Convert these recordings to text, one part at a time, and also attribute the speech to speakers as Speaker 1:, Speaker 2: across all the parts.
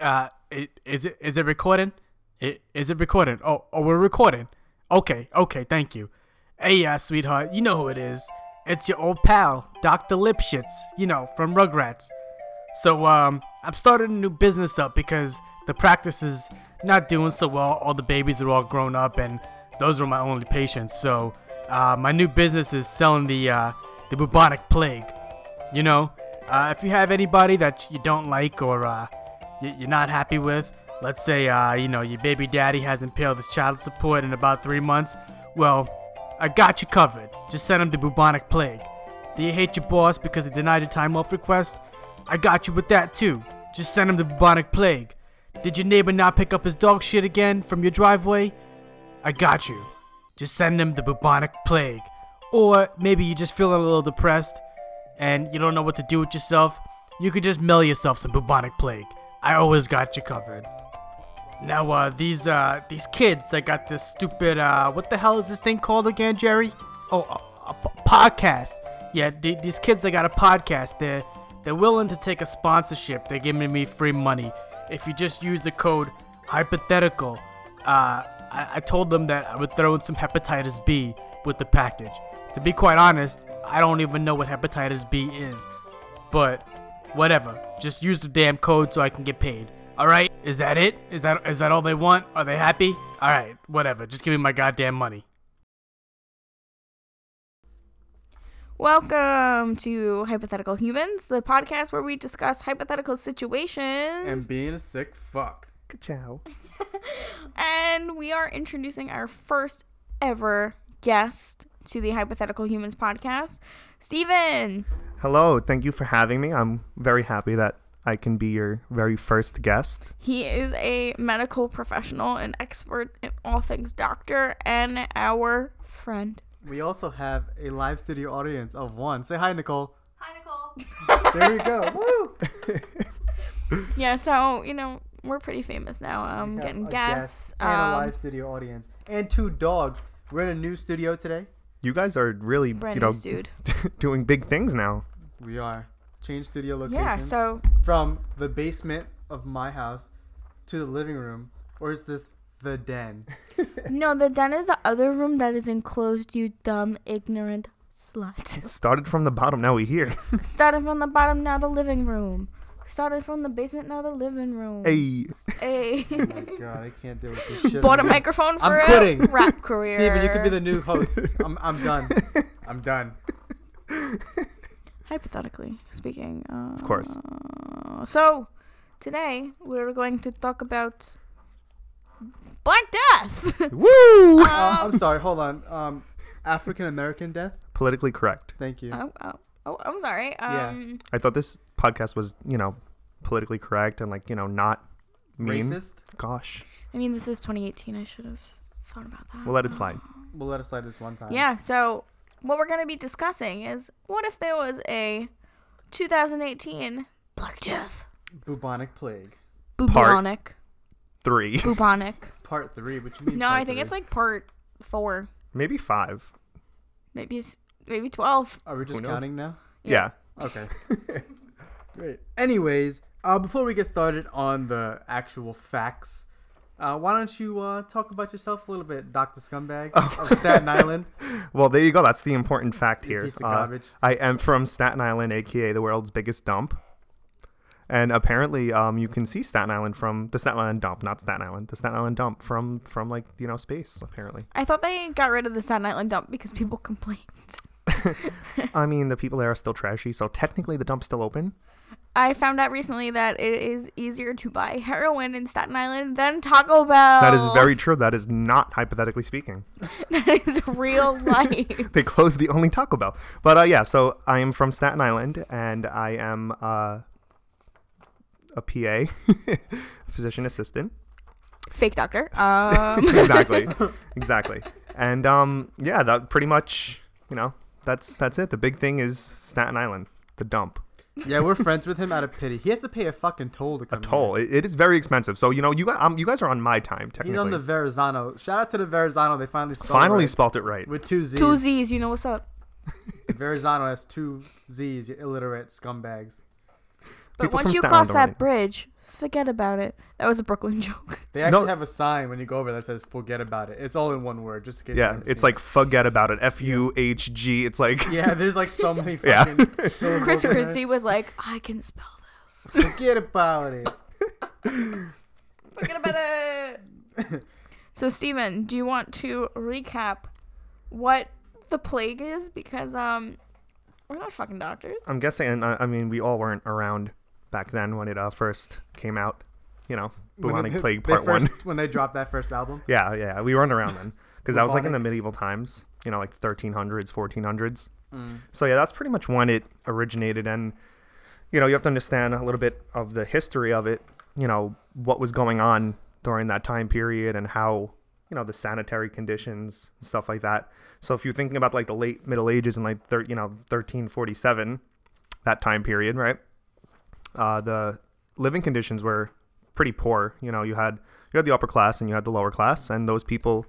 Speaker 1: uh, it, is it is it recording? It, is it recording? Oh, oh, we're recording. Okay, okay, thank you. Hey, uh, sweetheart, you know who it is. It's your old pal, Doctor Lipschitz. You know from Rugrats. So um, I'm starting a new business up because the practice is not doing so well. All the babies are all grown up, and those were my only patients. So uh, my new business is selling the uh, the bubonic plague. You know, uh, if you have anybody that you don't like or uh, y- you're not happy with, let's say uh, you know your baby daddy hasn't paid his child support in about three months, well, I got you covered. Just send him the bubonic plague. Do you hate your boss because he denied your time off request? I got you with that too. Just send him the bubonic plague. Did your neighbor not pick up his dog shit again from your driveway? I got you. Just send him the bubonic plague. Or maybe you're just feeling a little depressed and you don't know what to do with yourself. You could just mail yourself some bubonic plague. I always got you covered. Now, uh, these, uh, these kids that got this stupid, uh, what the hell is this thing called again, Jerry? Oh, a, a p- podcast. Yeah, th- these kids that got a podcast, they're, they're willing to take a sponsorship. They're giving me free money. If you just use the code hypothetical, uh, I, I told them that I would throw in some hepatitis B with the package. To be quite honest, I don't even know what hepatitis B is. But whatever. Just use the damn code so I can get paid. Alright? Is that it? Is that is that all they want? Are they happy? Alright, whatever. Just give me my goddamn money.
Speaker 2: Welcome to Hypothetical Humans, the podcast where we discuss hypothetical situations.
Speaker 1: being a sick fuck.
Speaker 3: Ciao.
Speaker 2: And we are introducing our first ever guest to the Hypothetical Humans podcast, Steven.
Speaker 3: Hello, thank you for having me. I'm very happy that I can be your very first guest.
Speaker 2: He is a medical professional, an expert in all things doctor, and our friend.
Speaker 4: We also have a live studio audience of one. Say hi, Nicole.
Speaker 2: Hi, Nicole.
Speaker 4: There you go. Woo!
Speaker 2: Yeah, so, you know, we're pretty famous now. Um,
Speaker 4: We have
Speaker 2: getting
Speaker 4: a
Speaker 2: guests.
Speaker 4: guest and a
Speaker 2: Um,
Speaker 4: live studio audience and two dogs. We're in a new studio today.
Speaker 3: You guys are really,
Speaker 2: brand
Speaker 3: you know,
Speaker 2: new dude.
Speaker 3: doing big things now.
Speaker 4: We are change studio location.
Speaker 2: Yeah, so
Speaker 4: from the basement of my house to the living room, or is this the den?
Speaker 2: No, the den is the other room that is enclosed, you dumb, ignorant slut.
Speaker 3: Started from the bottom, now we're here.
Speaker 2: Started from the bottom, now the living room. Started from the basement, now the living room.
Speaker 3: hey,
Speaker 2: Hey.
Speaker 4: Oh my God, I can't deal with this shit.
Speaker 2: Bought a
Speaker 4: anymore.
Speaker 2: microphone for
Speaker 4: I'm
Speaker 2: a
Speaker 4: quitting.
Speaker 2: rap career.
Speaker 4: Steven, you could be the new host. I'm, I'm done. I'm done.
Speaker 2: Hypothetically speaking. Uh, of
Speaker 3: course.
Speaker 2: So, today we're going to talk about Black Death. Um,
Speaker 3: woo!
Speaker 4: Uh, I'm sorry. Hold on. Um, African American death.
Speaker 3: Politically correct.
Speaker 4: Thank you.
Speaker 2: oh, oh, oh, I'm sorry.
Speaker 4: Yeah.
Speaker 2: Um,
Speaker 3: I thought this podcast was, you know, politically correct and like, you know, not mean.
Speaker 4: Racist.
Speaker 3: Gosh,
Speaker 2: I mean, this is 2018. I should have thought about that.
Speaker 3: we'll let it
Speaker 2: Uh,
Speaker 3: slide.
Speaker 4: We'll let it slide this one time.
Speaker 2: Yeah, so what we're going to be discussing is what if there was a 2018 Black Death?
Speaker 4: Bubonic plague.
Speaker 2: Bubonic.
Speaker 3: Three,
Speaker 2: Bubonic.
Speaker 4: Part three, which means
Speaker 2: No, I think it's like part four.
Speaker 3: maybe five.
Speaker 2: Maybe it's, maybe 12.
Speaker 4: Are we just
Speaker 3: knows?
Speaker 4: counting now?
Speaker 2: Yes.
Speaker 4: Okay. Great. Anyways, uh, before we get started on the actual facts, uh, why don't you uh, talk about yourself a little bit, Doctor Scumbag
Speaker 3: Oh.
Speaker 4: of Staten Island?
Speaker 3: Yeah. Well, there you go. That's the important fact
Speaker 4: You
Speaker 3: here.
Speaker 4: piece of
Speaker 3: Uh,
Speaker 4: garbage.
Speaker 3: I am from Staten Island, aka the world's biggest dump. And apparently, um, you can see Staten Island from the Staten Island dump, not Staten Island, the Staten Island dump from from like you know space. Apparently,
Speaker 2: I thought they got rid of the Staten Island dump because people complained.
Speaker 3: I mean the people there are still trashy, so technically the dump's still open.
Speaker 2: I found out recently that it is easier to buy heroin in Staten Island than Taco Bell.
Speaker 3: That is
Speaker 4: Oh.
Speaker 3: very true. That is not hypothetically speaking.
Speaker 2: that is real life.
Speaker 3: They closed the only Taco Bell, but uh, yeah. So I am from Staten Island, and I am uh, a PA, physician assistant.
Speaker 2: Fake doctor. Um,
Speaker 3: exactly exactly and um yeah that pretty much you know that's that's it the big thing is staten island the dump
Speaker 4: Yeah, we're friends with him out of pity. He has to pay a fucking toll to come.
Speaker 3: a
Speaker 4: here.
Speaker 3: toll it, it is very expensive so you know you guys, um, you guys are on my time technically
Speaker 4: He's on the Verrazano. Shout out to the Verrazano. They finally spelled
Speaker 3: finally
Speaker 4: it right.
Speaker 3: spelt it right
Speaker 4: with two Z's.
Speaker 2: two Z's, you know what's up.
Speaker 4: Verrazano has two Z's. You illiterate scumbags.
Speaker 2: But
Speaker 3: People
Speaker 2: once
Speaker 3: from
Speaker 2: you
Speaker 3: Staten
Speaker 2: cross
Speaker 3: Island are
Speaker 2: that bridge, Forget about it. That was a Brooklyn joke.
Speaker 4: They actually
Speaker 3: No.
Speaker 4: have a sign when you go over that says "Forget about it." It's all in one word, just in case. you've
Speaker 3: Yeah,
Speaker 4: never
Speaker 3: it's
Speaker 4: seen
Speaker 3: like forget about it. F U H G. It's like
Speaker 4: it. Yeah, there's like so many
Speaker 3: Yeah.
Speaker 4: fucking. syllables
Speaker 2: Chris
Speaker 4: in there.
Speaker 2: Christie was like, I can spell this.
Speaker 4: Forget about it.
Speaker 2: Forget about it. so, Steven, do you want to recap what the plague is? Because um, we're not fucking doctors.
Speaker 3: I'm guessing. And I, I mean, we all weren't around back then when it uh, first came out. You know,
Speaker 4: When
Speaker 3: bubonic
Speaker 4: they-
Speaker 3: plague
Speaker 4: they
Speaker 3: part one.
Speaker 4: first- When they dropped that first album,
Speaker 3: Yeah, yeah, we weren't around then because that was like in the
Speaker 4: Bubonic.
Speaker 3: medieval times. You know, like 1300s, 1400s. So yeah, that's pretty much when it originated, and you know, you have to understand a little bit of the history of it. You know, what was going on during that time period, and how you know the sanitary conditions and stuff like that. So if you're thinking about like the late Middle Ages and like thir- you know 1347, that time period, right? Uh, the living conditions were pretty poor. You know, you had you had the upper class and you had the lower class, and those people,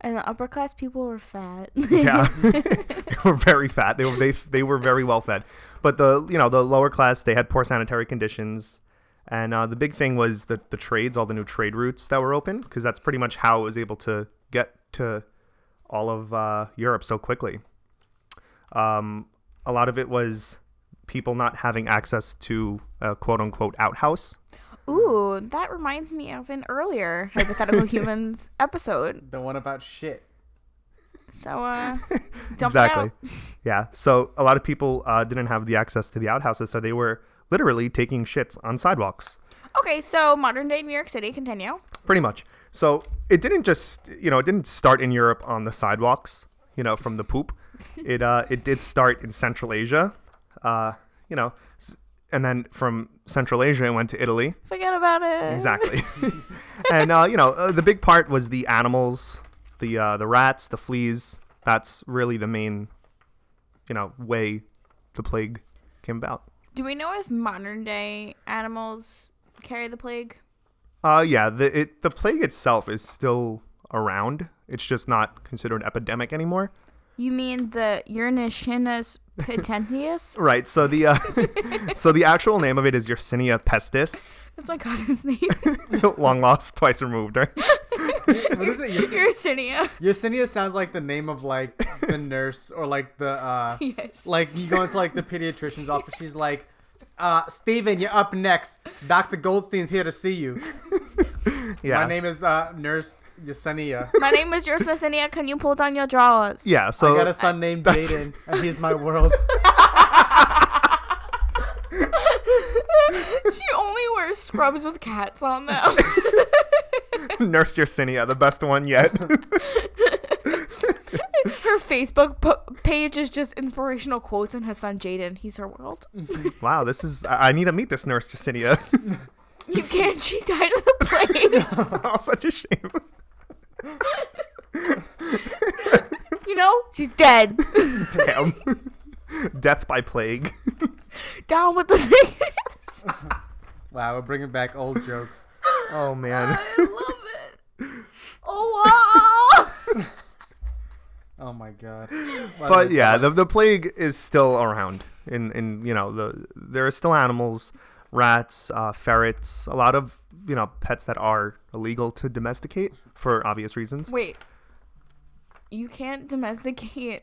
Speaker 2: And the upper class people were fat.
Speaker 3: yeah, they were very fat. They were they they were very well fed, but the you know the lower class they had poor sanitary conditions, and uh, the big thing was the the trades, all the new trade routes that were open, because that's pretty much how it was able to get to all of uh, Europe so quickly. Um, a lot of it was people not having access to a quote unquote outhouse.
Speaker 2: Ooh, that reminds me of an earlier hypothetical humans episode.
Speaker 4: the one about shit.
Speaker 2: So, uh, dump it out.
Speaker 3: exactly. Yeah. So a lot of people uh, didn't have the access to the outhouses, so they were literally taking shits on sidewalks,
Speaker 2: Okay, so modern day New York City, continue.
Speaker 3: pretty much. So it didn't just, you know, it didn't start in Europe on the sidewalks, you know, from the poop. It uh, it did start in Central Asia, uh, you know, s- and then from Central Asia it went to Italy.
Speaker 2: Forget about it.
Speaker 3: Exactly. and uh, you know, uh, the big part was the animals, the uh, the rats, the fleas. That's really the main, you know, way the plague came about.
Speaker 2: Do we know if modern day animals carry the plague?
Speaker 3: Uh, yeah, the it, the plague itself is still around. It's just not considered an epidemic anymore.
Speaker 2: You mean the Urnishinus potentius?
Speaker 3: Right. So the uh, so the actual name of it is Yersinia pestis,
Speaker 2: That's my cousin's name.
Speaker 3: long lost, twice removed. Right?
Speaker 4: What is it? Yesenia?
Speaker 2: Yersinia.
Speaker 4: Yesenia sounds like the name of like the nurse or like the uh
Speaker 2: Yes.
Speaker 4: like you go into like the pediatrician's office. She's like, uh, Steven, you're up next. Doctor Goldstein's here to see you.
Speaker 3: Yeah.
Speaker 4: My name is uh Nurse Yesenia.
Speaker 2: my name is Yours Yersinia. Can you pull down your drawers?
Speaker 3: Yeah. So
Speaker 4: I got a son named
Speaker 3: that's-
Speaker 4: Jaden, and he's my world.
Speaker 2: she only wears scrubs with cats on them.
Speaker 3: Nurse Yersinia, the best one yet.
Speaker 2: her Facebook po- page is just inspirational quotes and her son Jaden. He's her world.
Speaker 3: wow, this is. I, I need to meet this Nurse Yersinia.
Speaker 2: You can't. She died of the plague.
Speaker 3: oh, such a shame.
Speaker 2: you know, she's dead.
Speaker 3: Damn. Death by plague.
Speaker 2: Down with the sickness.
Speaker 4: Wow, we're bringing back old jokes.
Speaker 3: Oh man.
Speaker 2: I love it. Oh wow.
Speaker 4: Oh my god.
Speaker 3: But yeah, the, the plague is still around. In in you know the there are still animals, rats, uh, ferrets, a lot of you know pets that are illegal to domesticate for obvious reasons.
Speaker 2: Wait. You can't domesticate.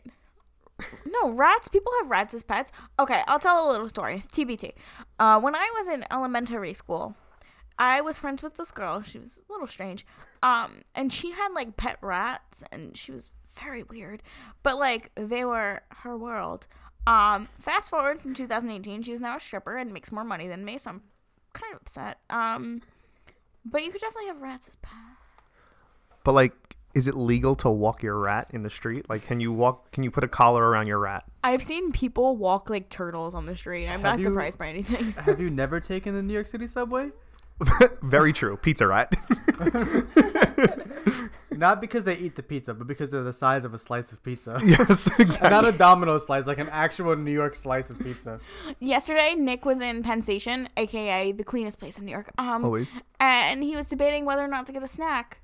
Speaker 2: No, rats. People have rats as pets. Okay, I'll tell a little story. TBT. Uh, when I was in elementary school, I was friends with this girl. She was a little strange. Um, and she had like pet rats, and she was very weird. But like, they were her world. Um, fast forward from 2018, she is now a stripper and makes more money than me, so I'm kind of upset. Um, but you could definitely have rats as pets.
Speaker 3: But like, is it legal to walk your rat in the street? Like, can you walk? Can you put a collar around your rat?
Speaker 2: I've seen people walk like turtles on the street. I'm not
Speaker 4: you-
Speaker 2: surprised by anything.
Speaker 4: Have you never taken the New York City subway?
Speaker 3: Very true. Pizza rat.
Speaker 4: Not because they eat the pizza, but because they're the size of a slice of pizza.
Speaker 3: yes, exactly.
Speaker 4: Not a domino slice, like an actual New York slice of pizza.
Speaker 2: Yesterday, Nick was in Penn Station, aka the cleanest place in New York. Um,
Speaker 3: Always.
Speaker 2: And he was debating whether or not to get a snack.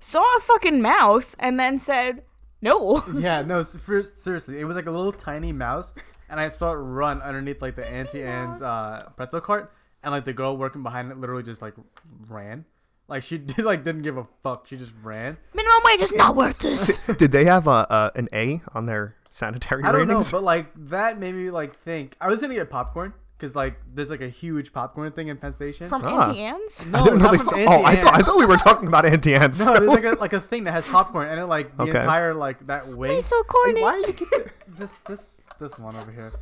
Speaker 2: Saw a fucking mouse and then said, "No."
Speaker 4: Yeah, no, s- first, seriously, it was like a little tiny mouse, and I saw it run underneath like the Auntie Anne's
Speaker 2: mouse.
Speaker 4: uh, pretzel cart, and like the girl working behind it literally just like ran. Like she did like didn't give a fuck. She just ran.
Speaker 2: Minimum wage is not worth this.
Speaker 3: Did they have a, a an A on their sanitary
Speaker 4: I don't know,
Speaker 3: ratings?
Speaker 4: but like that made me like think. I was gonna get popcorn because like there's like a huge popcorn thing in Penn Station.
Speaker 2: From
Speaker 3: Ah.
Speaker 2: Auntie Anne's?
Speaker 4: no,
Speaker 3: I didn't know
Speaker 4: not
Speaker 3: they.
Speaker 4: from
Speaker 3: Saw,
Speaker 4: Auntie
Speaker 3: oh, I thought I
Speaker 4: Anne's.
Speaker 3: thought we were talking about Auntie Anne's.
Speaker 4: No, there's
Speaker 3: still.
Speaker 4: like a like a thing that has popcorn and it like the
Speaker 3: Okay.
Speaker 4: entire like that wing.
Speaker 2: He's so corny.
Speaker 4: Like, why do you keep the- this this this one over here?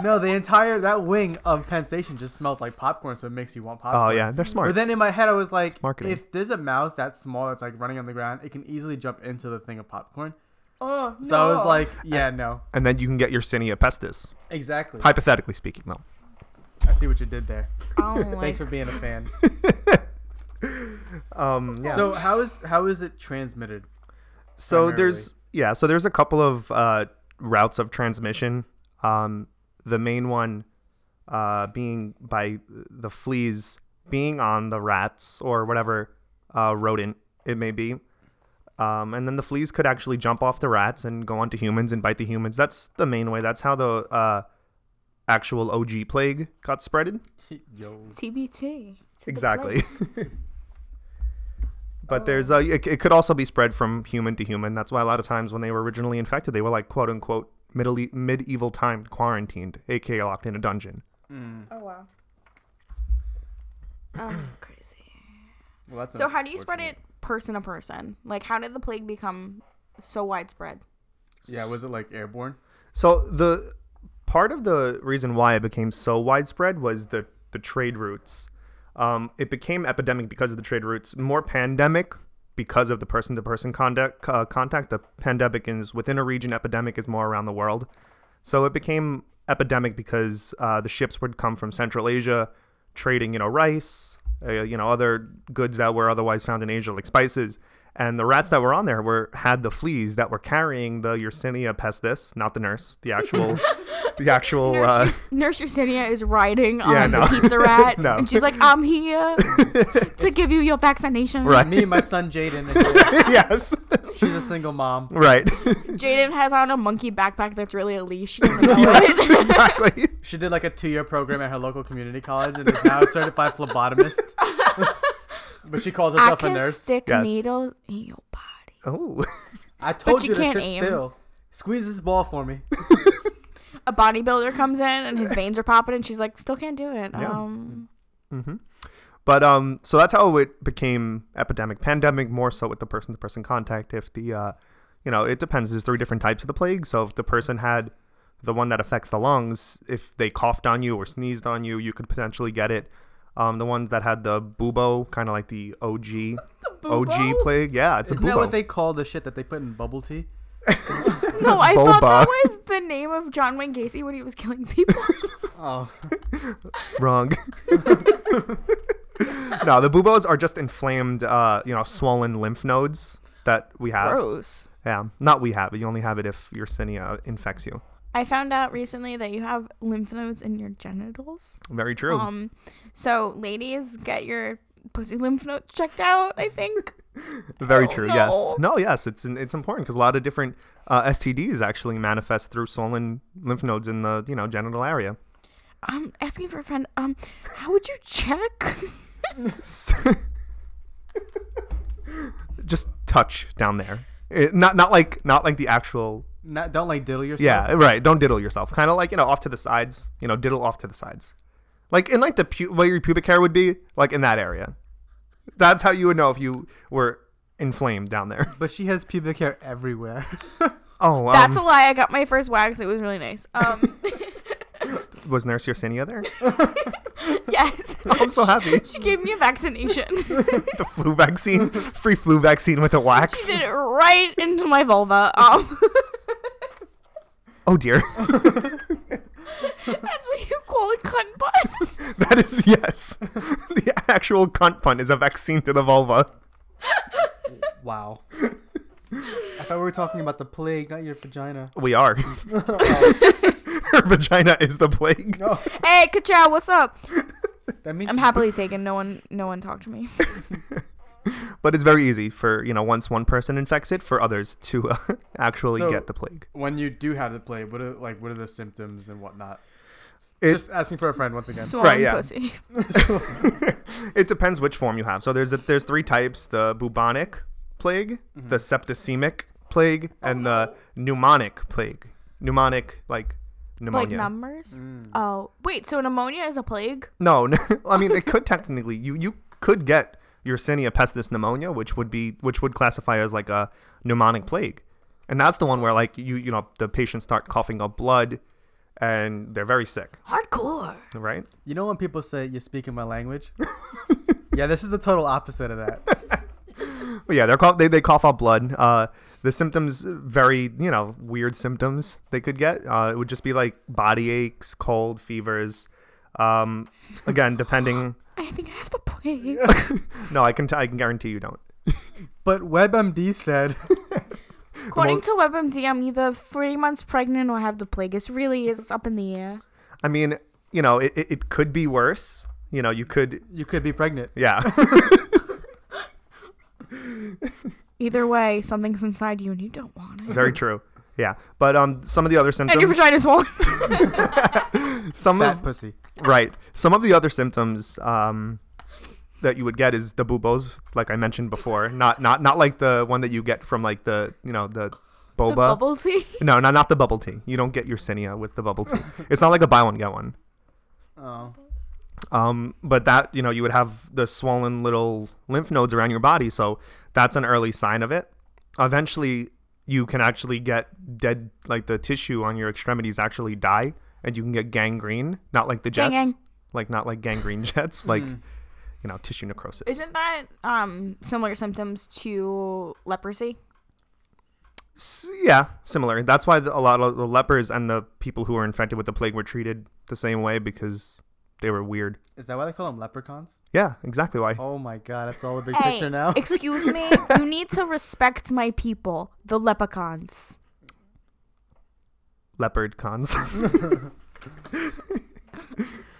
Speaker 4: No, the entire that wing of Penn Station just smells like popcorn, so it makes you want
Speaker 3: oh
Speaker 4: popcorn.
Speaker 3: yeah, they're smart.
Speaker 4: But then in my head, I was like,
Speaker 3: marketing.
Speaker 4: if there's a mouse that small that's like running on the ground, it can easily jump into the thing of popcorn.
Speaker 2: oh,
Speaker 4: So I was like, yeah, no,
Speaker 3: and then you can get your Cinia pestis.
Speaker 4: exactly.
Speaker 3: Hypothetically speaking, though.
Speaker 4: I see what you did there.
Speaker 2: like,
Speaker 4: Thanks for being a fan.
Speaker 3: Um, yeah.
Speaker 4: So how is how is it transmitted?
Speaker 3: so
Speaker 4: primarily.
Speaker 3: there's yeah so there's a couple of uh, routes of transmission um, the main one uh, being by the fleas being on the rats or whatever uh, rodent it may be um, and then the fleas could actually jump off the rats and go onto humans and bite the humans that's the main way that's how the uh, actual og plague got spreaded
Speaker 4: Yo,
Speaker 2: TBT.
Speaker 3: exactly but there's a it, it could also be spread from human to human that's why a lot of times when they were originally infected they were like quote unquote middle e- medieval time quarantined aka locked in a dungeon
Speaker 2: Oh, wow. Um, crazy.
Speaker 4: well, that's
Speaker 2: So, how do you spread
Speaker 4: unfortunate.
Speaker 2: it person to person? Like, how did the plague become so widespread?
Speaker 4: Yeah, was it like airborne?
Speaker 3: so the part of the reason why it became so widespread was the the trade routes um, it became epidemic because of the trade routes more pandemic because of the person to person contact uh, contact the pandemic is within a region epidemic is more around the world So it became epidemic because uh, the ships would come from Central Asia, trading you know rice, uh, you know other goods that were otherwise found in Asia like spices, and the rats that were on there were had the fleas that were carrying the Yersinia pestis, not the nurse, the actual, the actual. Uh,
Speaker 2: Nurse, Nurse Yersinia is riding
Speaker 3: Yeah,
Speaker 2: on
Speaker 3: no.
Speaker 2: the pizza rat,
Speaker 3: No.
Speaker 2: and she's like, "I'm here to give you your vaccination."
Speaker 3: uh, Right.
Speaker 4: Me and my son Jaden. is-
Speaker 3: yes,
Speaker 4: She's a single mom.
Speaker 3: right.
Speaker 2: Jaden has on a monkey backpack that's really a leash. She doesn't know what it is.
Speaker 3: exactly.
Speaker 4: She did like a two-year program at her local community college and is now a certified phlebotomist. but she calls
Speaker 2: I
Speaker 4: herself a
Speaker 2: can
Speaker 4: nurse.
Speaker 2: stick
Speaker 3: Yes.
Speaker 2: needles in your body.
Speaker 3: Oh,
Speaker 4: I told
Speaker 2: you
Speaker 4: you, to
Speaker 2: can't
Speaker 4: sit
Speaker 2: aim.
Speaker 4: still. Squeeze this ball for me.
Speaker 2: A bodybuilder comes in and his veins are popping, and she's like, "Still can't do it."
Speaker 3: Yeah.
Speaker 2: Um,
Speaker 3: mm-hmm. but um, so that's how it became epidemic, pandemic, more so with the person-to-person contact. If the, uh, you know, it depends. There's three different types of the plague. So if the person had the one that affects the lungs, if they coughed on you or sneezed on you, you could potentially get it. Um, the ones that had the bubo, kind of like the OG, OG plague. Yeah, it's
Speaker 4: Isn't
Speaker 3: a
Speaker 4: that
Speaker 3: bubo.
Speaker 4: what they call the shit that they put in bubble tea?
Speaker 2: no, I thought
Speaker 3: boba.
Speaker 2: that was the name of John Wayne Gacy when he was killing people.
Speaker 4: Oh,
Speaker 3: Wrong. no, the bubos are just inflamed, uh, you know, swollen lymph nodes that we have.
Speaker 2: Gross.
Speaker 3: Yeah, not we have. it. You only have it if Yersinia infects you.
Speaker 2: I found out recently that you have lymph nodes in your genitals.
Speaker 3: Very true.
Speaker 2: Um, so ladies, get your pussy lymph nodes checked out. I think.
Speaker 3: Very
Speaker 2: oh,
Speaker 3: true.
Speaker 2: no.
Speaker 3: Yes. No. Yes. It's it's important because a lot of different uh, STDs actually manifest through swollen lymph nodes in the you know genital area.
Speaker 2: I'm asking for a friend. Um, how would you check?
Speaker 3: Just touch down there. It, not not like not like the actual.
Speaker 4: not, don't like diddle yourself.
Speaker 3: Yeah. Right. Don't diddle yourself. Kind of like you know off to the sides. You know diddle off to the sides. Like in like the pu- where your pubic hair would be like in that area. That's how you would know if you were inflamed down there.
Speaker 4: But she has pubic hair everywhere.
Speaker 3: Oh, um,
Speaker 2: That's a lie. I got my first wax. It was really nice. Um,
Speaker 3: was Nurse Yersinia there?
Speaker 2: yes.
Speaker 3: I'm so happy.
Speaker 2: She gave me a vaccination.
Speaker 3: the flu vaccine, free flu vaccine with a
Speaker 2: she
Speaker 3: wax.
Speaker 2: did it right into my vulva. Um,
Speaker 3: Oh dear,
Speaker 2: that's what you call a cunt butt.
Speaker 3: that is yes. the actual cunt pun is a vaccine to the vulva.
Speaker 4: wow. I thought we were talking about the plague, not your vagina.
Speaker 3: We are. Her vagina is the plague.
Speaker 4: No,
Speaker 2: hey, Kachow, what's up?
Speaker 4: that means
Speaker 2: I'm happily taken. No one, no one talked to me.
Speaker 3: But it's very easy for you know once one person infects it for others to uh, actually
Speaker 4: So-
Speaker 3: get the plague.
Speaker 4: when you do have the plague. What are like what are the symptoms and whatnot?
Speaker 3: It-
Speaker 4: Just asking for a friend once again.
Speaker 2: Swollen
Speaker 3: yeah.
Speaker 2: pussy.
Speaker 3: it depends which form you have. So there's the, there's three types: the bubonic plague, the septicemic plague, and the pneumonic plague. Pneumonic, like
Speaker 2: Like
Speaker 3: pneumonia. Mm.
Speaker 2: numbers.
Speaker 4: Mm.
Speaker 2: Oh wait, so pneumonia is a plague?
Speaker 3: no, no, I mean it could technically you you could get Yersinia pestis pneumonia, which would be which would classify as like a pneumonic plague, and that's the one where like you you know the patients start coughing up blood, and they're very sick,
Speaker 2: Hardcore.
Speaker 3: right?
Speaker 4: You know when people say you're speaking my language? yeah, this is the total opposite of that.
Speaker 3: Well, yeah, they're cough. They, they cough up blood. Uh, the symptoms very you know weird symptoms they could get. Uh, it would just be like body aches, cold, fevers. Um, again, depending.
Speaker 2: I think I have the plague.
Speaker 3: No, I can t- I can guarantee you don't.
Speaker 4: But WebMD said
Speaker 2: According to WebMD, I'm either three months pregnant or have the plague. It really is up in the air.
Speaker 3: I mean, you know, it, it, it could be worse. You know, you could
Speaker 4: you could be pregnant.
Speaker 3: yeah.
Speaker 2: Either way, something's inside you and you don't want it.
Speaker 3: very true. Yeah, but um, some of the other
Speaker 2: And your vagina's
Speaker 3: symptoms.
Speaker 2: swollen.
Speaker 3: Some of
Speaker 4: Fat pussy.
Speaker 3: Right. Some of the other symptoms um, that you would get is the buboes, like I mentioned before. Not not not like the one that you get from like the you know the boba.
Speaker 2: The bubble tea.
Speaker 3: No, no, not the bubble tea. You don't get Yersinia with the bubble tea. it's not like a buy one get one.
Speaker 4: Oh.
Speaker 3: Um, but that you know you would have the swollen little lymph nodes around your body, so that's an early sign of it. Eventually, you can actually get dead, like the tissue on your extremities actually die, and you can get gangrene. Not like the
Speaker 2: Gang,
Speaker 3: jets,
Speaker 2: gang.
Speaker 3: like not like gangrene jets, like you know tissue necrosis.
Speaker 2: Isn't that um similar symptoms to leprosy?
Speaker 3: S- yeah, similar. That's why the, a lot of the lepers and the people who were infected with the plague were treated the same way because they were weird.
Speaker 4: Is that why they call them leprechauns?
Speaker 3: Yeah, exactly why.
Speaker 4: Oh my god, that's all a big
Speaker 2: Hey,
Speaker 4: picture now.
Speaker 2: excuse me. You need to respect my people, the leprechauns.
Speaker 3: Leopard cons.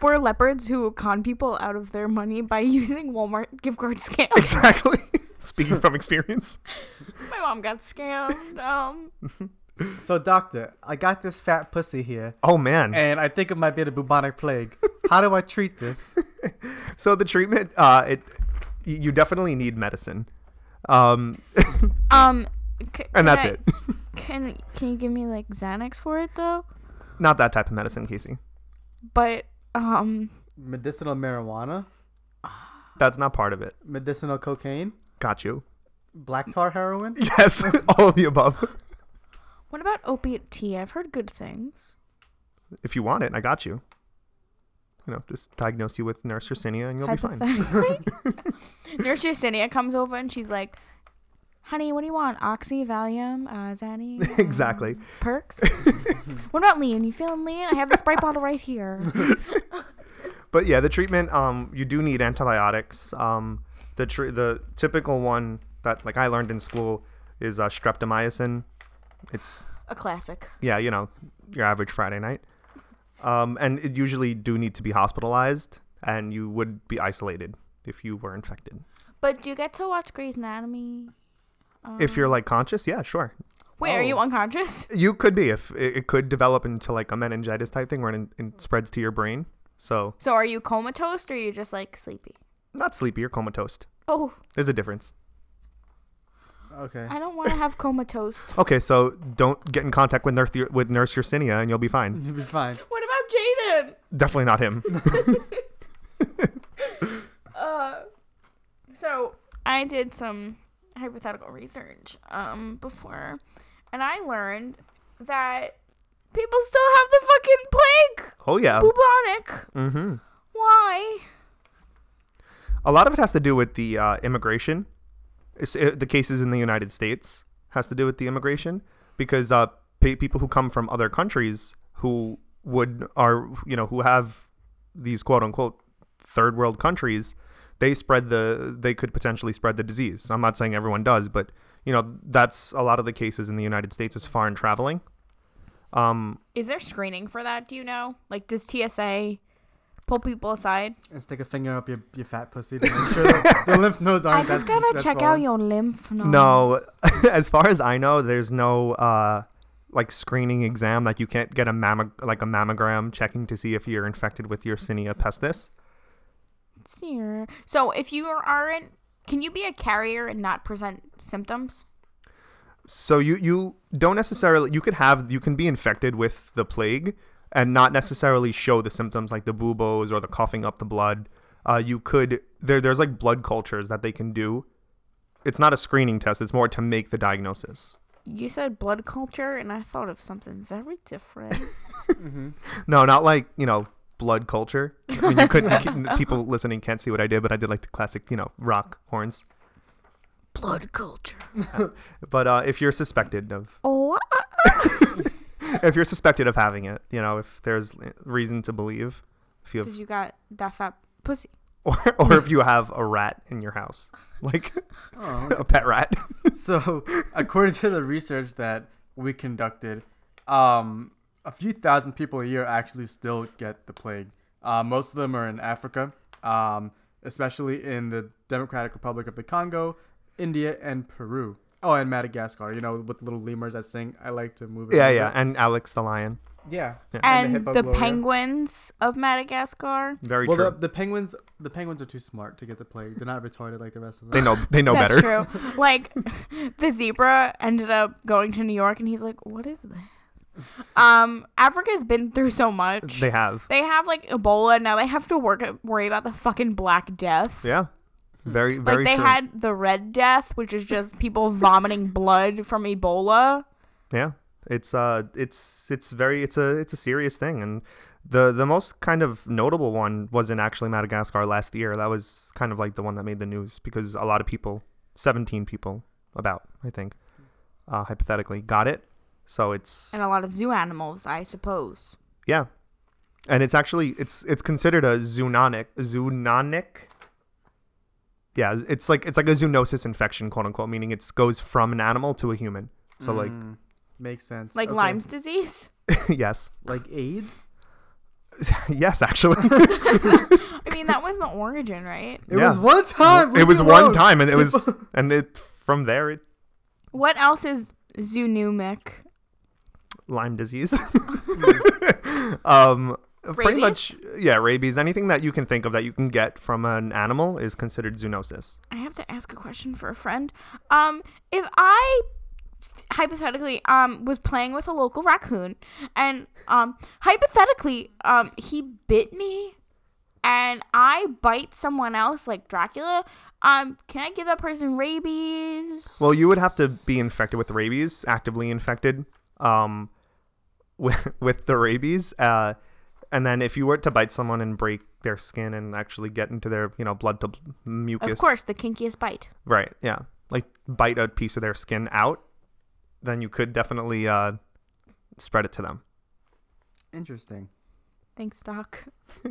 Speaker 2: We're leopards who con people out of their money by using Walmart gift card scams.
Speaker 3: exactly. Speaking from experience.
Speaker 2: my mom got scammed. Um,
Speaker 4: So doctor, I got this fat pussy here
Speaker 3: Oh man.
Speaker 4: and I think it might be the bubonic plague. How do I treat this?
Speaker 3: So the treatment, uh, it, y- you definitely need medicine, um,
Speaker 2: um, c- can
Speaker 3: and that's
Speaker 2: I-
Speaker 3: it.
Speaker 2: Can Can you give me like Xanax for it though?
Speaker 3: Not that type of medicine, Casey.
Speaker 2: But um,
Speaker 4: Medicinal marijuana?
Speaker 3: That's not part of it.
Speaker 4: Medicinal cocaine?
Speaker 3: Got you.
Speaker 4: Black tar heroin?
Speaker 3: Yes, all of the above.
Speaker 2: what about opiate tea? I've heard good things.
Speaker 3: If you want it, I got you. You know, just diagnose you with nurse Yersinia and you'll be fine.
Speaker 2: Hypothetically, Nurse Yesenia comes over and she's like, "Honey, what do you want? Oxy, Valium, uh, Xanny, um,
Speaker 3: exactly.
Speaker 2: perks. what about lean? You feeling lean? I have the Sprite bottle right here.
Speaker 3: But yeah, the treatment, um, you do need antibiotics. Um, the tr- the typical one that like I learned in school is uh, streptomycin. It's
Speaker 2: A classic.
Speaker 3: yeah, you know, your average Friday night. Um, and it usually do need to be hospitalized, and you would be isolated if you were infected.
Speaker 2: But do you get to watch Grey's Anatomy? Um,
Speaker 3: If you're like conscious, yeah, sure,
Speaker 2: Wait, are you
Speaker 4: Oh.
Speaker 2: unconscious?
Speaker 3: you could be. If it, it could develop into like a meningitis type thing, where it, it spreads to your brain. So
Speaker 2: So are you comatose or are you just like sleepy?
Speaker 3: not sleepy or comatose.
Speaker 2: Oh,
Speaker 3: There's a difference.
Speaker 4: Okay.
Speaker 2: I don't want to have comatose.
Speaker 3: Okay, so don't get in contact with nurse with Nurse Yersinia, and you'll be fine.
Speaker 4: You'll be fine.
Speaker 2: What about Jaden?
Speaker 3: Definitely not him.
Speaker 2: Uh, so I did some hypothetical research um before, and I learned that people still have the fucking plague,
Speaker 3: oh yeah.
Speaker 4: Um,
Speaker 2: bubonic.
Speaker 3: hmm
Speaker 2: Why?
Speaker 3: A lot of it has to do with the uh, immigration. It's, uh the cases in the United States has to do with the immigration because uh, pe- people who come from other countries who would are you know who have these quote unquote third world countries, they spread the they could potentially spread the disease. I'm not saying everyone does, but you know that's a lot of the cases in the United States is foreign traveling. Um,
Speaker 2: Is there screening for that? Do you know? Like, does TSA pull people aside?
Speaker 4: And stick a finger up your, your fat pussy to make sure the, the lymph nodes aren't
Speaker 2: I just
Speaker 4: that's-
Speaker 2: gotta
Speaker 4: that's
Speaker 2: check
Speaker 4: swollen.
Speaker 2: out your lymph nodes.
Speaker 3: No, as far as I know, there's no uh, like screening exam like you can't get a mammo- like a mammogram checking to see if you're infected with Yersinia pestis.
Speaker 2: Sure. So if you aren't, can you be a carrier and not present symptoms?
Speaker 3: So you you don't necessarily you could have you can be infected with the plague and not necessarily show the symptoms like the buboes or the coughing up the blood. Uh, you could there there's like blood cultures that they can do. It's not a screening test. It's more to make the diagnosis.
Speaker 2: You said blood culture, and I thought of something very different.
Speaker 4: Mm-hmm.
Speaker 3: No, not like you know blood culture. I mean, you couldn't. people listening can't see what I did, but I did like the classic you know rock horns.
Speaker 2: blood culture.
Speaker 3: But uh, if you're suspected of
Speaker 2: Oh,
Speaker 3: if you're suspected of having it, you know, if there's reason to believe, if you
Speaker 2: because
Speaker 3: have,
Speaker 2: you got that fat pussy.
Speaker 3: or, or if you have a rat in your house, like
Speaker 4: Oh,
Speaker 3: a pet rat.
Speaker 4: so according to the research that we conducted, um, a few thousand people a year actually still get the plague. Uh, most of them are in Africa, um, especially in the Democratic Republic of the Congo, India, and Peru. Oh, and Madagascar. You know, with the little lemurs that sing. I like to move.
Speaker 3: yeah,
Speaker 4: around.
Speaker 3: yeah, and Alex the lion,
Speaker 4: yeah. And the
Speaker 2: And
Speaker 4: hippo
Speaker 2: the
Speaker 4: gloria.
Speaker 2: penguins of Madagascar.
Speaker 3: very
Speaker 4: Well,
Speaker 3: true.
Speaker 4: the, the penguins, the penguins are too smart to get the plague. They're not retarded like the rest of them.
Speaker 3: they know, they know
Speaker 2: That's
Speaker 3: better.
Speaker 2: true. Like the zebra ended up going to New York, and he's like, "What is this?" Um, Africa's been through so much.
Speaker 3: They have,
Speaker 2: They have like Ebola now. They have to work worry about the fucking Black Death.
Speaker 3: yeah, very,
Speaker 2: Hmm. Like
Speaker 3: very
Speaker 2: they
Speaker 3: true.
Speaker 2: had the Red Death, which is just people vomiting blood from Ebola.
Speaker 3: Yeah, it's uh, it's it's very, it's a, it's a serious thing, and the the most kind of notable one was in actually Madagascar last year. That was kind of like the one that made the news because a lot of people, seventeen people, about I think, uh, hypothetically, got it. So it's
Speaker 2: And a lot of zoo animals, I suppose.
Speaker 3: Yeah. And it's actually it's it's considered a zoonotic zoonotic. Yeah, it's like it's like a zoonosis infection, quote unquote, meaning it goes from an animal to a human. So
Speaker 4: Mm, makes sense.
Speaker 2: Like
Speaker 4: Okay.
Speaker 2: Lyme's disease.
Speaker 3: like yes.
Speaker 4: like AIDS.
Speaker 3: Yes, actually.
Speaker 2: I mean, that was the origin, right?
Speaker 4: It
Speaker 3: Yeah.
Speaker 4: was one
Speaker 2: Ah,
Speaker 4: time. leave
Speaker 3: it
Speaker 4: me
Speaker 3: was one
Speaker 4: alone.
Speaker 3: time and it was and it from there it
Speaker 2: What else is zoonomic?
Speaker 3: Lyme disease. um pretty
Speaker 2: Rabies?
Speaker 3: much yeah, rabies, anything that you can think of that you can get from an animal is considered zoonosis.
Speaker 2: I have to ask a question for a friend. Um, if I hypothetically um was playing with a local raccoon and um hypothetically um he bit me and I bite someone else like Dracula, um can I give that person rabies?
Speaker 3: Well, you would have to be infected with rabies, actively infected, um, with with the rabies, uh, and then if you were to bite someone and break their skin and actually get into their you know blood to bl- mucus,
Speaker 2: Of course, the kinkiest bite.
Speaker 3: right? Yeah, like bite a piece of their skin out, then you could definitely uh, spread it to them.
Speaker 4: Interesting.
Speaker 2: Thanks, Doc.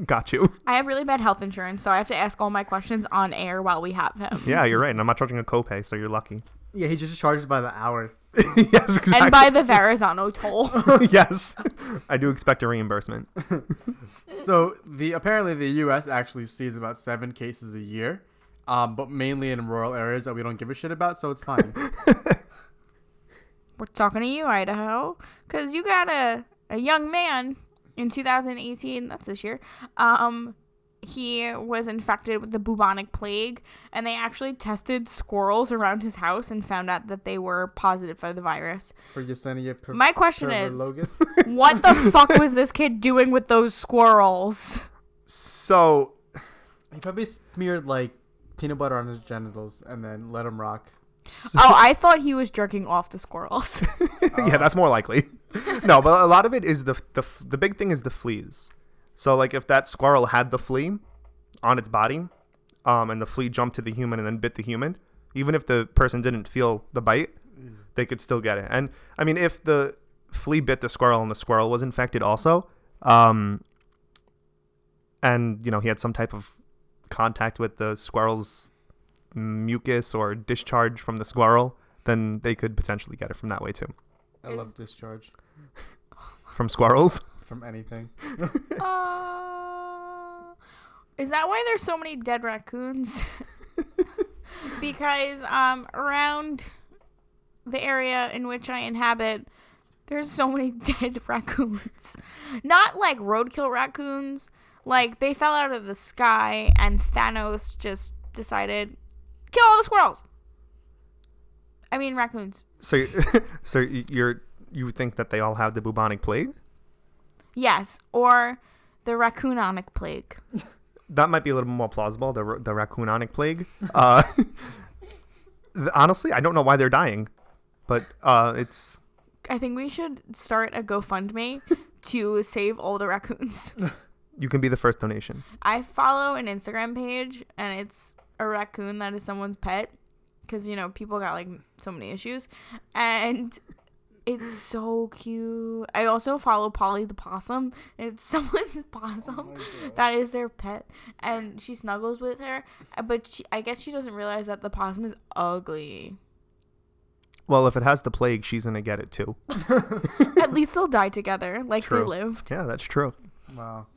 Speaker 3: Got you.
Speaker 2: I have really bad health insurance, so I have to ask all my questions on air while we have him.
Speaker 3: Yeah, you're right, and I'm not charging a copay, so you're lucky.
Speaker 4: Yeah, he just charges by the hour.
Speaker 3: yes, exactly.
Speaker 2: And by the Verrazano toll.
Speaker 3: yes, I do expect a reimbursement.
Speaker 4: So the apparently the U.S. actually sees about seven cases a year, um, but mainly in rural areas that we don't give a shit about, so it's fine.
Speaker 2: We're talking to you, Idaho, because you got a, a young man in 2018, that's this year. Um, he was infected with the bubonic plague, and they actually tested squirrels around his house and found out that they were positive for the virus.
Speaker 4: For Yesenia per-
Speaker 2: My question is,
Speaker 4: Pervelogus?
Speaker 2: what the fuck was this kid doing with those squirrels?
Speaker 3: So
Speaker 4: he probably smeared like peanut butter on his genitals and then let him rock.
Speaker 2: Oh, I thought he was jerking off the squirrels.
Speaker 3: yeah, that's more likely. no, but a lot of it is the the f- the big thing is the fleas. So like if that squirrel had the flea on its body, um, and the flea jumped to the human and then bit the human, even if the person didn't feel the bite, they could still get it. And I mean, if the flea bit the squirrel and the squirrel was infected also, um, and you know he had some type of contact with the squirrel's mucus or discharge from the squirrel, then they could potentially get it from that way too
Speaker 4: I
Speaker 2: Is-
Speaker 4: love discharge
Speaker 3: from squirrels.
Speaker 4: from anything.
Speaker 2: Uh, is that why there's so many dead raccoons? because um, around the area in which I inhabit, There's so many dead raccoons. Not like roadkill raccoons. Like they fell out of the sky and Thanos just decided kill all the squirrels. I mean raccoons.
Speaker 3: So, you- so you- you're you think that they all have the bubonic plague?
Speaker 2: Yes, or the raccoononic plague.
Speaker 3: That might be a little more plausible. The ra- the raccoononic plague. Uh, th- honestly, I don't know why they're dying, but uh, it's
Speaker 2: I think we should start a GoFundMe to save all the raccoons.
Speaker 3: you can be the first donation.
Speaker 2: I follow an Instagram page and it's a raccoon that is someone's pet because you know people got like so many issues and it's so cute. I also follow Polly the possum. It's someone's
Speaker 4: Oh
Speaker 2: possum that is their pet and she snuggles with her uh, but she, I guess she doesn't realize that the possum is ugly.
Speaker 3: Well, if it has the plague, she's gonna get it too.
Speaker 2: At least they'll die together like
Speaker 3: True.
Speaker 2: they lived.
Speaker 3: Yeah, that's true.
Speaker 4: Wow.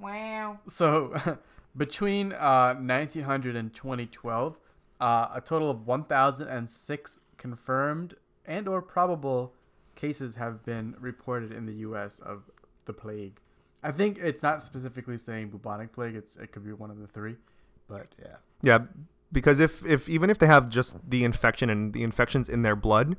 Speaker 2: Wow.
Speaker 4: So, between uh, 1900 and 2012, uh, a total of 1,006 confirmed and/or probable cases have been reported in the U.S. of the plague. I think it's not specifically saying bubonic plague; it's it could be one of the three, but yeah.
Speaker 3: Yeah, because if if even if they have just the infection and the infections in their blood,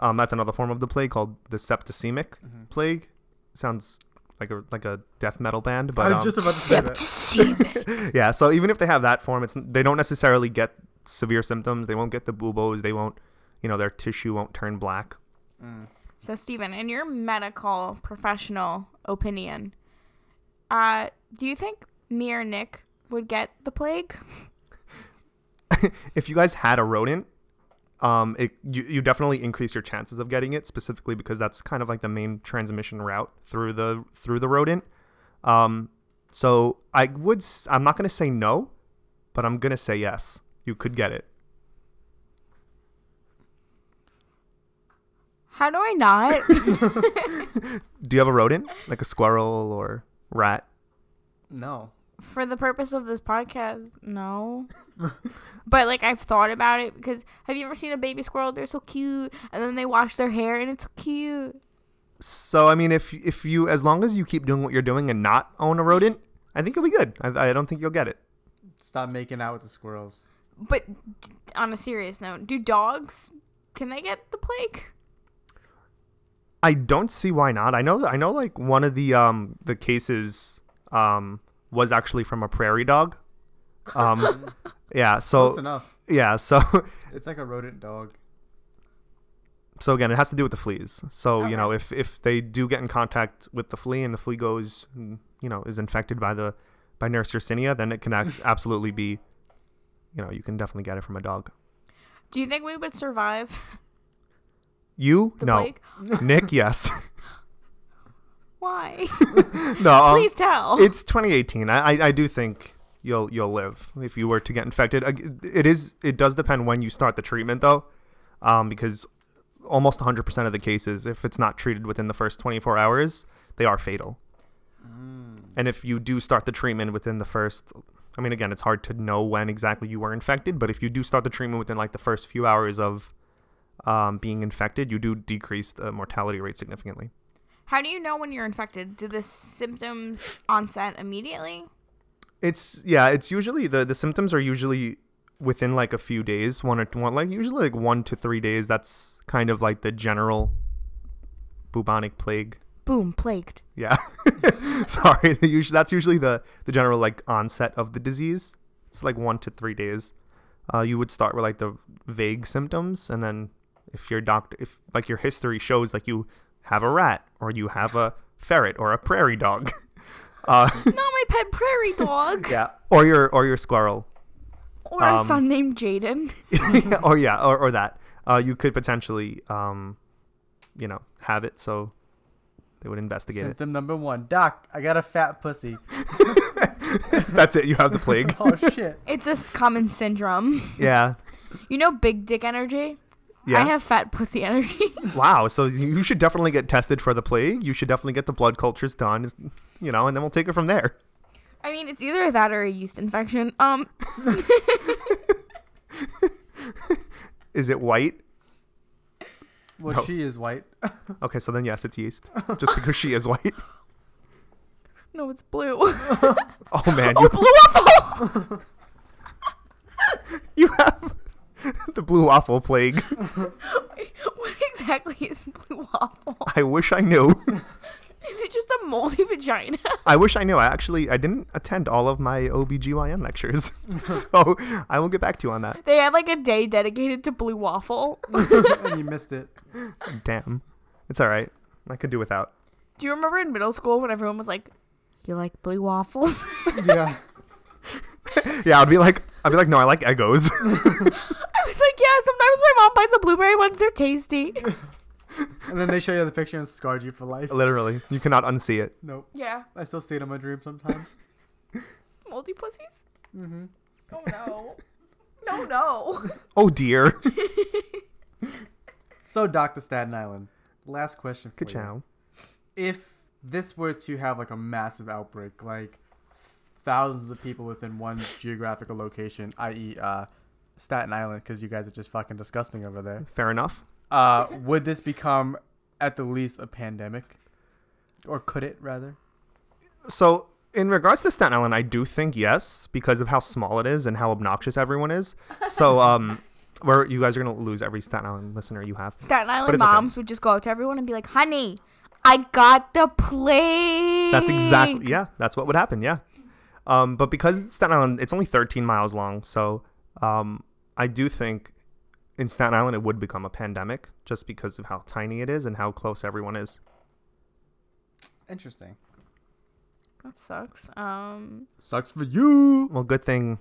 Speaker 3: um, that's another form of the plague called the septicemic plague. Sounds like a like a death metal band, but
Speaker 4: I was
Speaker 3: um,
Speaker 4: just about to say that.
Speaker 3: yeah. So even if they have that form, it's they don't necessarily get severe symptoms. They won't get the buboes. They won't, you know, their tissue won't turn black.
Speaker 2: So, Stephen, in your medical professional opinion, uh, do you think me or Nick would get the plague?
Speaker 3: If you guys had a rodent, um, it you, you definitely increase your chances of getting it specifically because that's kind of like the main transmission route through the through the rodent. Um, so I would s- I'm not gonna say no, but I'm gonna say yes. You could get it.
Speaker 2: How do I not?
Speaker 3: Do you have a rodent like a squirrel or rat?
Speaker 4: No.
Speaker 2: For the purpose of this podcast, no. but like I've thought about it because have you ever seen a baby squirrel? They're so cute, and then they wash their hair, and it's so cute.
Speaker 3: So I mean, if if you as long as you keep doing what you're doing and not own a rodent, I think you'll be good. I, I don't think you'll get it.
Speaker 4: Stop making out with the squirrels.
Speaker 2: But d- on a serious note, do dogs can they get the plague?
Speaker 3: I don't see why not. I know I know like one of the um the cases um was actually from a prairie dog. Um yeah,
Speaker 4: Close
Speaker 3: so
Speaker 4: enough.
Speaker 3: yeah, so
Speaker 4: It's like a rodent dog.
Speaker 3: so again, it has to do with the fleas. So, you know, if if they do get in contact with the flea and the flea goes, mm, you know, is infected by the by Nurse Yersinia, then it can ax- absolutely be you know, you can definitely get it from a dog.
Speaker 2: Do you think we would survive
Speaker 3: You?
Speaker 2: the
Speaker 3: no.
Speaker 2: plague?
Speaker 3: Nick, yes.
Speaker 2: Why?
Speaker 3: no, um,
Speaker 2: Please tell.
Speaker 3: it's 2018. I, I I do think you'll you'll live if you were to get infected. Ag- It is it does depend when you start the treatment though, um, because almost 100% of the cases, if it's not treated within the first 24 hours, they are fatal. And if you do start the treatment within the first, I mean, again, it's hard to know when exactly you were infected, but if you do start the treatment within like the first few hours of um, being infected, you do decrease the mortality rate significantly.
Speaker 2: How do you know when you're infected? Do the symptoms onset immediately?
Speaker 3: It's yeah. It's usually the the symptoms are usually within like a few days, one or one like usually like one to three days. That's kind of like the general bubonic plague.
Speaker 2: Boom, plagued.
Speaker 3: Yeah, sorry. the usu- That's usually the the general like onset of the disease. It's like one to three days. Uh, you would start with like the vague symptoms, and then if your doctor, if like your history shows like you have a rat or you have a ferret or a prairie dog, uh,
Speaker 2: Not my pet prairie dog
Speaker 3: yeah, or your or your squirrel,
Speaker 2: or a
Speaker 3: Um,
Speaker 2: son named Jaden.
Speaker 3: or Oh, yeah, or, or that. Uh, you could potentially, um, you know, have it. So they would investigate
Speaker 4: Symptom number one. Doc, I got a fat pussy.
Speaker 3: it. That's it. You have the plague.
Speaker 4: Oh shit.
Speaker 2: It's a s- common syndrome.
Speaker 3: yeah.
Speaker 2: You know, big dick energy.
Speaker 3: Yeah.
Speaker 2: I have fat pussy energy.
Speaker 3: wow. So you should definitely get tested for the plague. You should definitely get the blood cultures done. You know, and then we'll take it from there.
Speaker 2: I mean, it's either that or a yeast infection. Um,
Speaker 3: Is it white?
Speaker 4: Well,
Speaker 3: No.
Speaker 4: she is white.
Speaker 3: Okay, so then yes, it's yeast. Just because she is white.
Speaker 2: No, it's blue. oh,
Speaker 3: Oh man,
Speaker 2: blue
Speaker 3: you
Speaker 2: waffle.
Speaker 3: you have the blue waffle plague.
Speaker 2: what exactly is blue waffle?
Speaker 3: I wish I knew.
Speaker 2: Is it just a moldy vagina?
Speaker 3: I wish I knew. I actually I didn't attend all of my OBGYN lectures. so I will get back to you on that.
Speaker 2: They had like a day dedicated to blue waffle.
Speaker 4: and you missed it.
Speaker 3: Damn. It's all right. I could do without.
Speaker 2: Do you remember in middle school when everyone was like, "You like blue waffles?"
Speaker 4: Yeah.
Speaker 3: Yeah, I'd be like I'd be like, no, I like Eggos.
Speaker 2: I was like, "Yeah." Sometimes my mom buys the blueberry ones; they're tasty.
Speaker 4: And then they show you the picture and scarred you for life.
Speaker 3: Literally. You cannot unsee it.
Speaker 4: Nope.
Speaker 2: yeah,
Speaker 4: I still see it in my dream sometimes.
Speaker 2: moldy pussies.
Speaker 4: hmm
Speaker 2: Oh no. No, no.
Speaker 3: Oh dear.
Speaker 4: So, Dr. Staten Island, last question for you.
Speaker 3: Ka-chow.
Speaker 4: If this were to have like a massive outbreak, like thousands of people within one geographical location, i.e., uh, Staten Island, because you guys are just fucking disgusting over there,
Speaker 3: Fair enough.
Speaker 4: uh, would this become at the least a pandemic? Or could it, rather?
Speaker 3: So, in regards to Staten Island, I do think yes because of how small it is and how obnoxious everyone is. So, um, where you guys are gonna lose every Staten Island listener you have.
Speaker 2: Staten Island
Speaker 3: it's okay.
Speaker 2: moms would just go out to everyone and be like, "Honey, I got the plague."
Speaker 3: That's exactly yeah. That's what would happen. Yeah. Um, but because it's Staten Island, it's only 13 miles long, so um, I do think in Staten Island it would become a pandemic just because of how tiny it is and how close everyone is.
Speaker 4: Interesting.
Speaker 2: That sucks. Um,
Speaker 4: Sucks for you.
Speaker 3: Well, good thing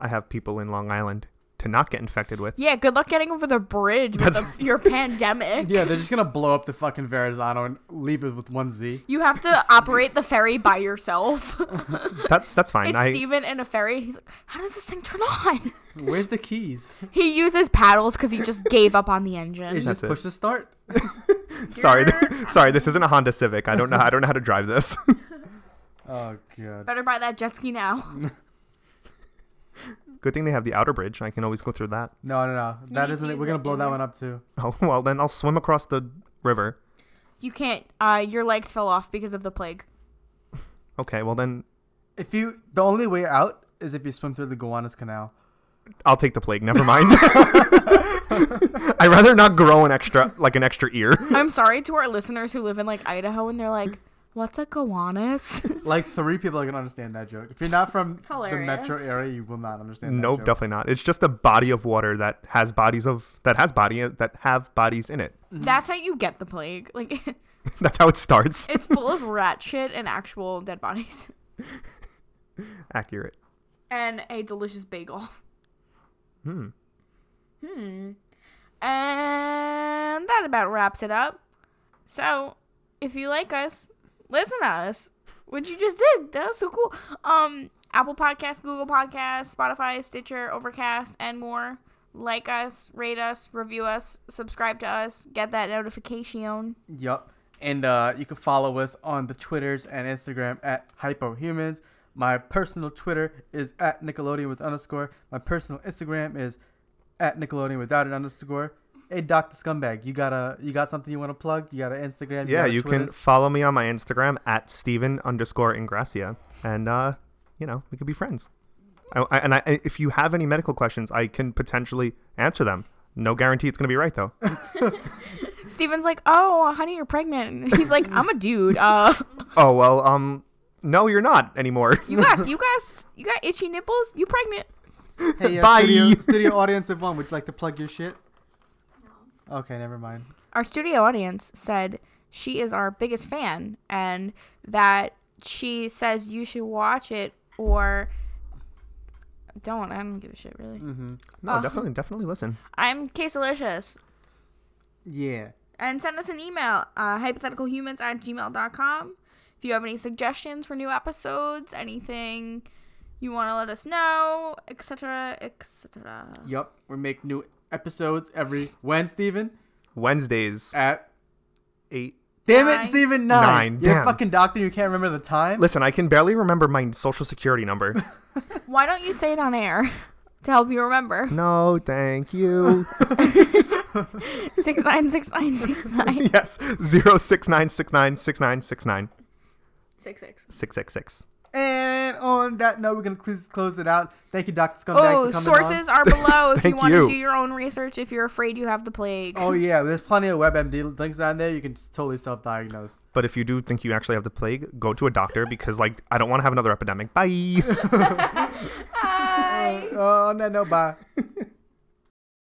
Speaker 3: I have people in Long Island to not get infected with.
Speaker 2: yeah. Good luck getting over the bridge with
Speaker 3: That's-
Speaker 2: a, your pandemic.
Speaker 4: Yeah, they're just gonna blow up the fucking Verrazano and leave it with one Z.
Speaker 2: You have to operate the ferry by yourself.
Speaker 3: That's that's fine.
Speaker 2: it's
Speaker 3: I
Speaker 2: Steven in a ferry. and He's like, how does this thing turn on?
Speaker 4: Where's the keys?
Speaker 2: He uses paddles because he just gave up on the
Speaker 4: It's
Speaker 2: engine.
Speaker 4: just
Speaker 3: it.
Speaker 4: push to start.
Speaker 3: sorry, sorry. This isn't a Honda Civic. I don't know. I don't know how to drive this.
Speaker 4: Oh god.
Speaker 2: Better buy that jet ski now.
Speaker 3: Good thing they have the outer bridge. I can always go through that.
Speaker 4: No, no, no.
Speaker 2: You need
Speaker 4: That
Speaker 2: to
Speaker 4: isn't it.
Speaker 2: use
Speaker 4: We're
Speaker 2: the
Speaker 4: gonna blow that
Speaker 2: inner-
Speaker 4: one up too.
Speaker 3: Oh well, then I'll swim across the river.
Speaker 2: You can't. Uh, your legs fell off because of the plague.
Speaker 3: Okay, well then
Speaker 4: If you, the only way out is if you swim through the Gowanus Canal.
Speaker 3: I'll take the plague. Never mind. I'd rather not grow an extra like an extra ear.
Speaker 2: I'm sorry to our listeners who live in like Idaho and they're like, "What's a gowanus?"
Speaker 4: Like three people are gonna understand that joke. If you're not from the metro
Speaker 2: hilarious.
Speaker 4: area, you will not understand. that
Speaker 3: Nope,
Speaker 4: joke.
Speaker 3: definitely not. It's just a body of water that has bodies of that has body that have bodies in it.
Speaker 2: That's how you get the plague. Like,
Speaker 3: That's how it starts.
Speaker 2: it's full of rat shit and actual dead bodies
Speaker 3: Accurate.
Speaker 2: and a delicious bagel.
Speaker 3: Hmm.
Speaker 2: Hmm. And that about wraps it up. So, if you like us, listen to us. What you just did. That was so cool. Um, Apple Podcasts, Google Podcasts, Spotify, Stitcher, Overcast, and more. Like us, rate us, review us, subscribe to us, get that notification.
Speaker 4: Yup. And uh, you can follow us on the Twitters and Instagram at HypoHumans. My personal Twitter is at Nickelodeon with underscore. My personal Instagram is at Nickelodeon without an underscore. Hey, Doctor Scumbag, you got a you got something you want to plug? You got an Instagram?
Speaker 3: Yeah,
Speaker 4: got a
Speaker 3: you can
Speaker 4: Twitters?
Speaker 3: follow me on my Instagram at Steven underscore Ingracia. And, uh, you know, we could be friends. I, I, and I, if you have any medical questions, I can potentially answer them. No guarantee it's going to be right, though.
Speaker 2: Steven's like, oh, honey, you're pregnant. And he's like, I'm a dude. Uh,
Speaker 3: oh, well, um, no, you're not anymore.
Speaker 2: you got, you got, you got itchy nipples. You pregnant?
Speaker 4: Hey, uh,
Speaker 3: Bye.
Speaker 4: Studio, studio audience of one, would you like to plug your shit? Okay, never mind.
Speaker 2: our studio audience said she is our biggest fan and that she says you should watch it or don't. I don't give a shit really.
Speaker 4: Mm-hmm.
Speaker 3: No,
Speaker 2: Uh-huh.
Speaker 3: Oh, definitely, definitely listen.
Speaker 2: I'm Caselicious.
Speaker 4: Yeah.
Speaker 2: And send us an email, uh, hypotheticalhumans at gmail.com. If you have any suggestions for new episodes, anything you want to let us know, etc., etc.
Speaker 4: Yup. We make new episodes every when, Steven?
Speaker 3: Wednesdays
Speaker 4: At
Speaker 3: eight.
Speaker 4: Damn
Speaker 2: Nine.
Speaker 4: it, Steven, nine.
Speaker 3: Nine,
Speaker 4: You're
Speaker 3: damn.
Speaker 4: a fucking doctor, you can't remember the time?
Speaker 3: Listen, I can barely remember my social security number.
Speaker 2: Why don't you say it on air to help you remember?
Speaker 3: no, thank you.
Speaker 2: six nine six nine six nine
Speaker 3: yes, zero six nine six nine six nine six nine
Speaker 2: six six.
Speaker 3: six six six.
Speaker 4: And on that note, we're gonna cl- close it out. Thank you, Doctor
Speaker 2: Oh,
Speaker 4: Scumbag, for coming on.
Speaker 2: sources are below if you
Speaker 3: Thank
Speaker 2: want to
Speaker 3: you.
Speaker 2: do your own research if you're afraid you have the plague.
Speaker 4: Oh yeah, there's plenty of WebMD links down there. You can s- totally self-diagnose.
Speaker 3: But if you do think you actually have the plague, go to a doctor because, like, I don't want to have another epidemic. Bye.
Speaker 4: Uh, on that note, bye.